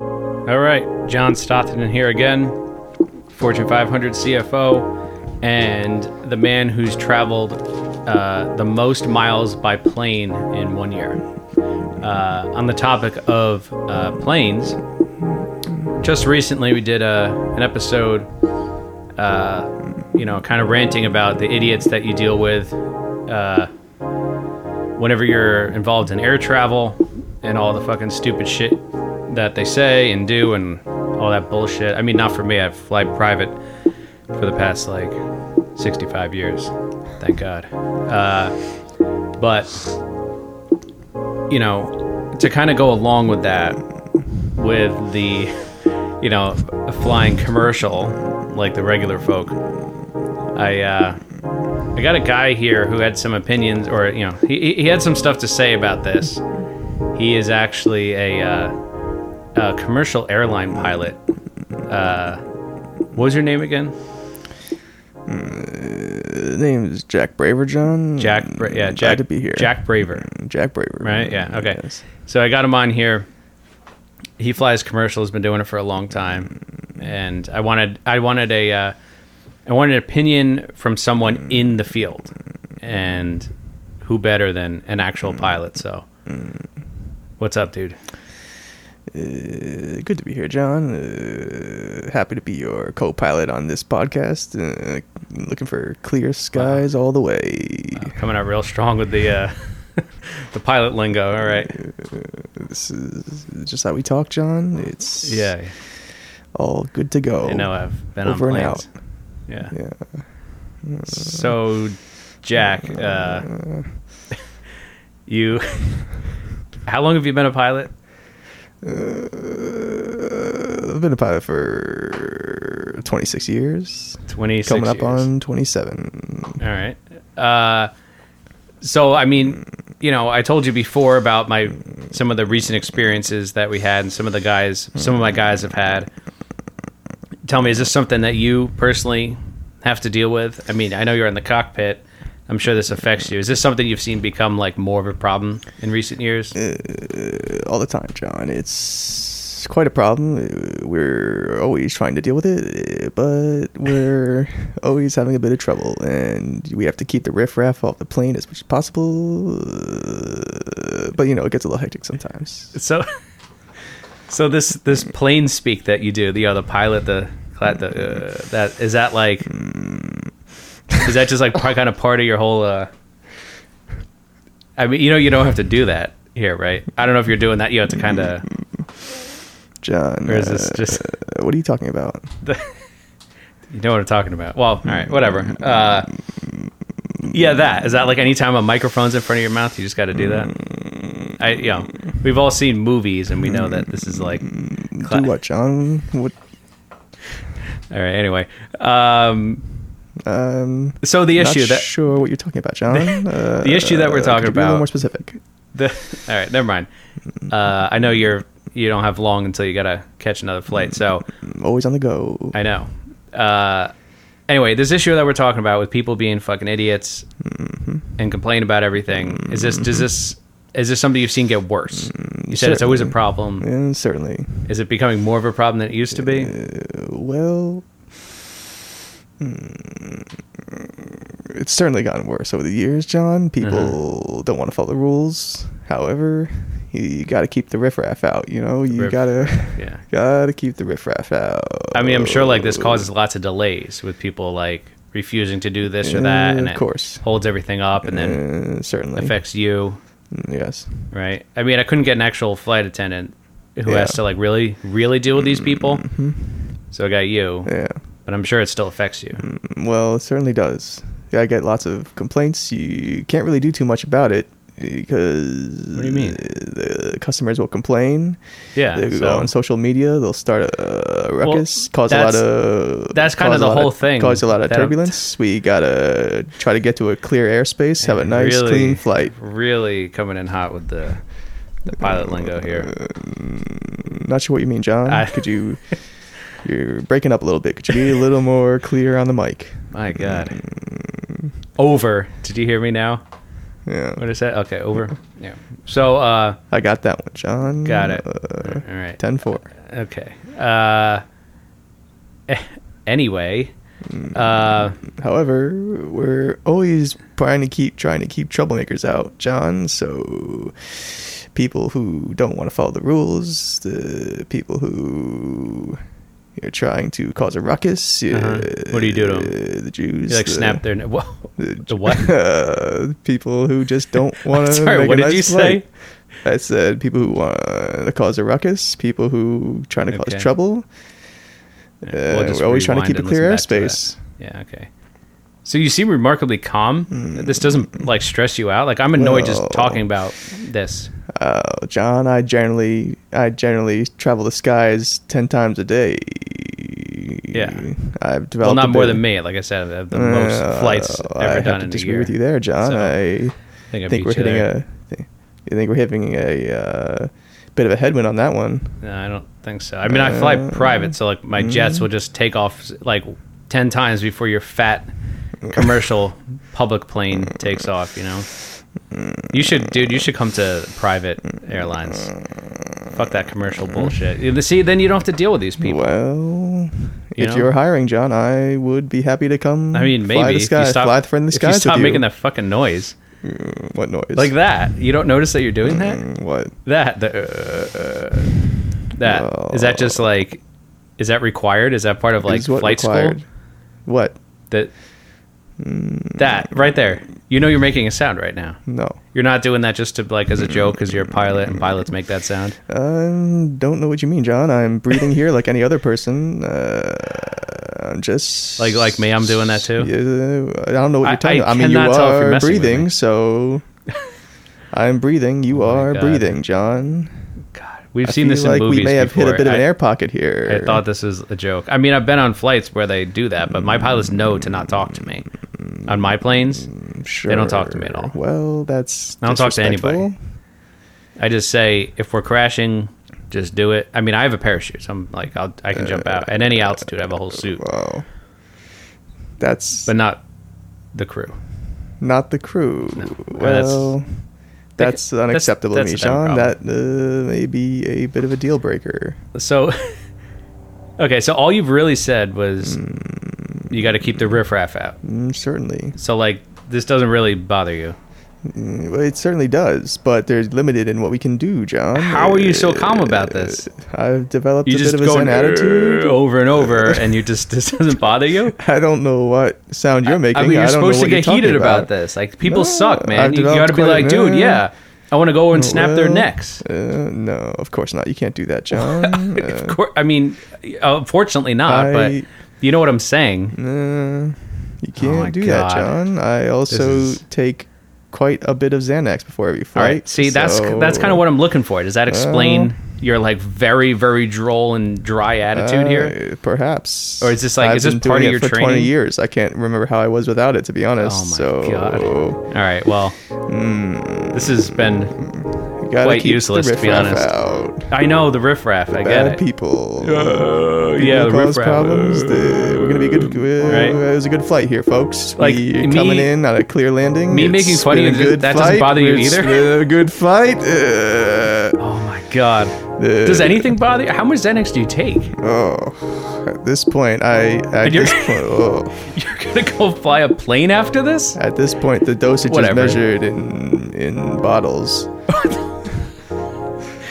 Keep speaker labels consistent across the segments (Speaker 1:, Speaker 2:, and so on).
Speaker 1: All right, John Stockton here again, Fortune 500 CFO, and the man who's traveled uh, the most miles by plane in one year. Uh, on the topic of uh, planes, just recently we did a, an episode, uh, you know, kind of ranting about the idiots that you deal with uh, whenever you're involved in air travel and all the fucking stupid shit that they say and do and all that bullshit. I mean, not for me. I've flied private for the past like 65 years. Thank God. Uh, but, you know, to kind of go along with that, with the, you know, flying commercial like the regular folk, I, uh, I got a guy here who had some opinions, or you know, he, he- he had some stuff to say about this. He is actually a, uh, a commercial airline pilot. Uh, what was your name again?
Speaker 2: The name is Jack Braver John.
Speaker 1: Jack. Bra- yeah,
Speaker 2: Glad
Speaker 1: Jack.
Speaker 2: to be here.
Speaker 1: Jack Braver.
Speaker 2: Jack Braver.
Speaker 1: Right. Yeah. Okay.
Speaker 2: Yes.
Speaker 1: So I got him on here. He flies commercial. Has been doing it for a long time, and I wanted I wanted a uh, I wanted an opinion from someone in the field, and who better than an actual pilot? So, what's up, dude?
Speaker 2: Uh, Good to be here, John. Uh, happy to be your co-pilot on this podcast. Uh, looking for clear skies all the way.
Speaker 1: Coming out real strong with the uh, the pilot lingo. All right.
Speaker 2: This is just how we talk, John. It's
Speaker 1: Yeah.
Speaker 2: all good to go.
Speaker 1: I know I've been on
Speaker 2: Oh, over and
Speaker 1: planes.
Speaker 2: out.
Speaker 1: Yeah.
Speaker 2: Yeah.
Speaker 1: So, Jack, uh, you, how long have you been a pilot?
Speaker 2: Uh, I've been a pilot for 26 years.
Speaker 1: 26
Speaker 2: Coming up
Speaker 1: years.
Speaker 2: on 27.
Speaker 1: All right. Uh, so, I mean, you know, I told you before about my some of the recent experiences that we had, and some of the guys, some of my guys have had. Tell me, is this something that you personally have to deal with? I mean, I know you're in the cockpit. I'm sure this affects you. Is this something you've seen become like more of a problem in recent years?
Speaker 2: all the time, John. It's quite a problem. Uh, We're always trying to deal with it, uh, but we're always having a bit of trouble, and we have to keep the riffraff off the plane as much as possible. Uh, But you know, it gets a little hectic sometimes.
Speaker 1: so so this this plane speak that you do the other pilot the cla- the uh, that is that like is that just like part, kind of part of your whole uh i mean you know you don't have to do that here right i don't know if you're doing that you have to kind of
Speaker 2: John,
Speaker 1: or is this
Speaker 2: uh,
Speaker 1: just
Speaker 2: what are you talking about?
Speaker 1: you know what i'm talking about well all right whatever uh yeah that is that like anytime a microphone's in front of your mouth you just got to do that i you know we've all seen movies and we know that this is like cla-
Speaker 2: Do what, John? What?
Speaker 1: all right anyway um
Speaker 2: Um,
Speaker 1: so the issue
Speaker 2: not
Speaker 1: that
Speaker 2: sure what you're talking about, John. Uh,
Speaker 1: the issue that we're
Speaker 2: could
Speaker 1: talking
Speaker 2: you be a little
Speaker 1: about-
Speaker 2: more specific.
Speaker 1: The, all right, never mind. Uh, I know you're you don't have long until you gotta catch another flight, so
Speaker 2: I'm always on the go.
Speaker 1: I know. Uh, anyway, this issue that we're talking about with people being fucking idiots
Speaker 2: Mm-hmm.
Speaker 1: and complain about everything is this does this is this something you've seen get worse? You said it's always a
Speaker 2: Mm, certainly.
Speaker 1: problem.
Speaker 2: Yeah, certainly.
Speaker 1: Is it becoming more of a problem than it used to be?
Speaker 2: Well, mm, it's certainly gotten worse over the years, John.
Speaker 1: Uh-huh.
Speaker 2: People don't want to follow the rules. However, you, you got to keep the riffraff out. You know, you
Speaker 1: Riff-
Speaker 2: gotta
Speaker 1: yeah.
Speaker 2: gotta keep the riffraff out.
Speaker 1: I mean, I'm sure like this causes lots of delays with people like refusing to do this or that,
Speaker 2: Uh,
Speaker 1: and
Speaker 2: of
Speaker 1: it
Speaker 2: course.
Speaker 1: holds everything up, and then
Speaker 2: Uh, certainly
Speaker 1: affects you.
Speaker 2: Mm, Yes,
Speaker 1: right? I mean, I couldn't get an actual flight attendant who
Speaker 2: Yeah. Mm-hmm.
Speaker 1: has to like really, really deal with these people. So I got you,
Speaker 2: yeah.
Speaker 1: but I'm sure it still affects you.
Speaker 2: Mm-hmm. Well, it certainly does. Yeah, I get lots of complaints. You can't really do too much about it because
Speaker 1: What do you mean?
Speaker 2: the customers will complain.
Speaker 1: Yeah,
Speaker 2: they go
Speaker 1: so
Speaker 2: on social media. They'll start a, a ruckus, cause a lot
Speaker 1: that's-
Speaker 2: of
Speaker 1: that's kinda
Speaker 2: cause a
Speaker 1: the
Speaker 2: lot
Speaker 1: whole thing
Speaker 2: cause a lot of
Speaker 1: that-
Speaker 2: turbulence. We gotta try to get to a clear airspace, have a nice,
Speaker 1: Really?
Speaker 2: clean flight.
Speaker 1: really coming in hot with the the pilot lingo here.
Speaker 2: Um, Not sure what you mean, John.
Speaker 1: I-
Speaker 2: could you? You're breaking up a little bit. Could you be a little more clear on the mic?
Speaker 1: My
Speaker 2: Mm-hmm.
Speaker 1: God, over. Did you hear me now?
Speaker 2: Yeah.
Speaker 1: What is that? Okay, over. Yeah. So, uh,
Speaker 2: I got that one, John.
Speaker 1: Got it.
Speaker 2: Uh,
Speaker 1: all right.
Speaker 2: 10 4.
Speaker 1: Okay. Uh, anyway,
Speaker 2: Mm-hmm.
Speaker 1: uh,
Speaker 2: However, we're always trying to keep trying to keep troublemakers out, John. So people who don't want to follow the rules, the people who are trying to cause a ruckus.
Speaker 1: Uh-huh. What do you do to 'em?
Speaker 2: uh, The Jews.
Speaker 1: you like
Speaker 2: the-
Speaker 1: snap their ne- whoa, the what?
Speaker 2: Uh, people who just don't want to.
Speaker 1: Sorry, what did you say?
Speaker 2: I said people who want to cause a ruckus, people who trying to
Speaker 1: Okay.
Speaker 2: cause trouble.
Speaker 1: Yeah,
Speaker 2: Uh,
Speaker 1: we'll just
Speaker 2: we're always trying to
Speaker 1: rewind
Speaker 2: keep a
Speaker 1: and
Speaker 2: clear
Speaker 1: listen back to
Speaker 2: airspace.
Speaker 1: that. Yeah. Okay. So you seem remarkably calm. This doesn't like stress you out. Like I'm annoyed
Speaker 2: Hmm. Well-
Speaker 1: just talking about this.
Speaker 2: Uh, John, I generally I generally travel the skies ten times a day.
Speaker 1: Yeah.
Speaker 2: I've developed
Speaker 1: Well,
Speaker 2: a
Speaker 1: not more
Speaker 2: bit-
Speaker 1: than me. Like I said, I have the most
Speaker 2: Uh,
Speaker 1: flights
Speaker 2: I
Speaker 1: ever
Speaker 2: have
Speaker 1: done
Speaker 2: to
Speaker 1: in a
Speaker 2: disagree
Speaker 1: year.
Speaker 2: with you there, John.
Speaker 1: So,
Speaker 2: I
Speaker 1: I think, I
Speaker 2: think
Speaker 1: beat
Speaker 2: we're
Speaker 1: you
Speaker 2: hitting
Speaker 1: there.
Speaker 2: a. thi- I think we're hitting a uh, bit of a headwind on that one.
Speaker 1: No, I don't think so. I mean, I fly
Speaker 2: Uh, mm-hmm.
Speaker 1: private, so like my jets will just take off like ten times before your fat commercial public plane takes off. You know, you should, dude. You should come to private airlines. Fuck that commercial bullshit. You- See, then you don't have to deal with these people.
Speaker 2: Well,
Speaker 1: You
Speaker 2: if
Speaker 1: know?
Speaker 2: you were hiring, John, I would be happy to come.
Speaker 1: I mean, maybe
Speaker 2: fly the
Speaker 1: if
Speaker 2: sky,
Speaker 1: you stop,
Speaker 2: fly the friend in the
Speaker 1: if you
Speaker 2: skies.
Speaker 1: stop
Speaker 2: with
Speaker 1: making that fucking noise
Speaker 2: what noise? Mm,
Speaker 1: like that, you don't notice that you're doing that.
Speaker 2: What?
Speaker 1: That the, uh, that is that just like is that required? Is that part of like
Speaker 2: Is what
Speaker 1: flight
Speaker 2: required?
Speaker 1: school?
Speaker 2: What?
Speaker 1: That that right there. You know you're making a sound right now.
Speaker 2: No.
Speaker 1: You're not doing that just to like as a joke because you're a pilot and pilots make that sound.
Speaker 2: I Uh, don't know what you mean, John. I'm breathing here like any other person. Uh, I'm just
Speaker 1: Like like me, I'm doing that too.
Speaker 2: Yeah, I don't know what
Speaker 1: I-
Speaker 2: you're talking.
Speaker 1: I
Speaker 2: about. I mean, you
Speaker 1: cannot tell if you're
Speaker 2: are
Speaker 1: messing with
Speaker 2: breathing,
Speaker 1: me.
Speaker 2: so I'm breathing. You
Speaker 1: Oh my
Speaker 2: are
Speaker 1: God.
Speaker 2: breathing, John.
Speaker 1: God, we've
Speaker 2: I
Speaker 1: seen
Speaker 2: feel
Speaker 1: this in
Speaker 2: like
Speaker 1: movies
Speaker 2: we may have hit
Speaker 1: before.
Speaker 2: a bit of an
Speaker 1: I-
Speaker 2: air pocket here.
Speaker 1: I thought this was a joke. I mean, I've been on flights where they do that, but my pilots know to not talk to me. On my planes,
Speaker 2: sure.
Speaker 1: don't talk to me at all.
Speaker 2: Well, that's
Speaker 1: I don't talk to anybody.
Speaker 2: disrespectful.
Speaker 1: I just say if we're crashing, just do it. I mean, I have a parachute, so I'm like, I'll, I can jump out at any altitude. I have a whole suit,
Speaker 2: Wow, that's
Speaker 1: but not the crew.
Speaker 2: not the crew.
Speaker 1: Well, that's-
Speaker 2: Well, that's,
Speaker 1: that's-
Speaker 2: unacceptable to
Speaker 1: that's a
Speaker 2: me,
Speaker 1: them
Speaker 2: John. That
Speaker 1: problem.
Speaker 2: uh, may be a bit of a deal breaker.
Speaker 1: So, okay, so all you've really said was you got to keep the riffraff out.
Speaker 2: Mm, certainly.
Speaker 1: So, like, this doesn't really bother you.
Speaker 2: Mm, well, It certainly does, but they're limited in what we can do, John.
Speaker 1: How are you so
Speaker 2: Uh,
Speaker 1: calm about this?
Speaker 2: I've developed
Speaker 1: You
Speaker 2: a
Speaker 1: just
Speaker 2: bit of a
Speaker 1: go Oh.
Speaker 2: zen attitude.
Speaker 1: over and over, and you just this doesn't bother you.
Speaker 2: I don't know what sound you're making.
Speaker 1: I mean, you're
Speaker 2: don't know
Speaker 1: supposed
Speaker 2: what
Speaker 1: to get
Speaker 2: talking
Speaker 1: heated about.
Speaker 2: about
Speaker 1: this. Like, people
Speaker 2: No,
Speaker 1: suck, man.
Speaker 2: I've
Speaker 1: You, got to
Speaker 2: developed
Speaker 1: be
Speaker 2: quite a-
Speaker 1: like, dude,
Speaker 2: no.
Speaker 1: yeah, I want to go and snap their
Speaker 2: Well,
Speaker 1: necks.
Speaker 2: Uh, no, of course not. You can't do that, John. Uh,
Speaker 1: Of course, I mean, unfortunately not,
Speaker 2: I-
Speaker 1: but you know what I'm saying.
Speaker 2: Uh, you can't
Speaker 1: Oh my
Speaker 2: do that,
Speaker 1: God.
Speaker 2: John. I also
Speaker 1: is-
Speaker 2: take quite a bit of Xanax before every
Speaker 1: All
Speaker 2: flight.
Speaker 1: right, see, that's
Speaker 2: so-
Speaker 1: that's kind of what I'm looking for. Does that explain
Speaker 2: Well-
Speaker 1: your like very very droll and dry attitude here?
Speaker 2: Uh, Perhaps.
Speaker 1: Or is this like-
Speaker 2: I've
Speaker 1: is this
Speaker 2: been
Speaker 1: part of
Speaker 2: doing it
Speaker 1: your
Speaker 2: for Twenty
Speaker 1: training?
Speaker 2: years. I can't remember how I was without it, to be honest.
Speaker 1: Oh my
Speaker 2: so
Speaker 1: God. All right, well, this has been.
Speaker 2: you gotta
Speaker 1: Quite
Speaker 2: keep the
Speaker 1: useless, to be
Speaker 2: riffraff
Speaker 1: honest.
Speaker 2: Out.
Speaker 1: I know the riffraff. I get
Speaker 2: Bad
Speaker 1: it.
Speaker 2: people.
Speaker 1: People yeah, the
Speaker 2: cause
Speaker 1: riffraff.
Speaker 2: problems. The- we're gonna be good. uh,
Speaker 1: Right.
Speaker 2: It was a good flight here, folks.
Speaker 1: Like,
Speaker 2: we
Speaker 1: me-
Speaker 2: coming in on a clear landing.
Speaker 1: me
Speaker 2: It's
Speaker 1: making fun of
Speaker 2: been
Speaker 1: you,
Speaker 2: a
Speaker 1: th-
Speaker 2: good
Speaker 1: that doesn't
Speaker 2: flight.
Speaker 1: bother you
Speaker 2: It's
Speaker 1: either?
Speaker 2: been a good flight. Uh,
Speaker 1: Oh my god.
Speaker 2: The-
Speaker 1: Does anything bother you? How much Xanax do you take?
Speaker 2: uh, Oh, at this point, I at
Speaker 1: you're-
Speaker 2: this point, oh,
Speaker 1: You're gonna go fly a plane after this?
Speaker 2: at this point, the dosage
Speaker 1: Whatever.
Speaker 2: is measured in in bottles.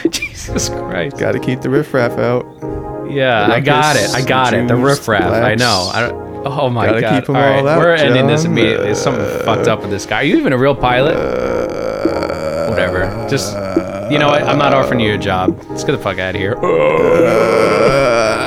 Speaker 1: Jesus Christ.
Speaker 2: Got to keep the riffraff out.
Speaker 1: Yeah, I got it.
Speaker 2: Ruckus,
Speaker 1: I got it. The
Speaker 2: juice,
Speaker 1: riffraff. I
Speaker 2: blacks.
Speaker 1: know. I don't, oh my
Speaker 2: Gotta
Speaker 1: god.
Speaker 2: keep 'em
Speaker 1: all right,
Speaker 2: all out,
Speaker 1: we're ending this
Speaker 2: John.
Speaker 1: immediately. There's something fucked up with this guy. Are you even a real pilot? Whatever. Oh. Just you know what? I'm not offering you a job. Let's get the fuck out of here.
Speaker 2: Uh,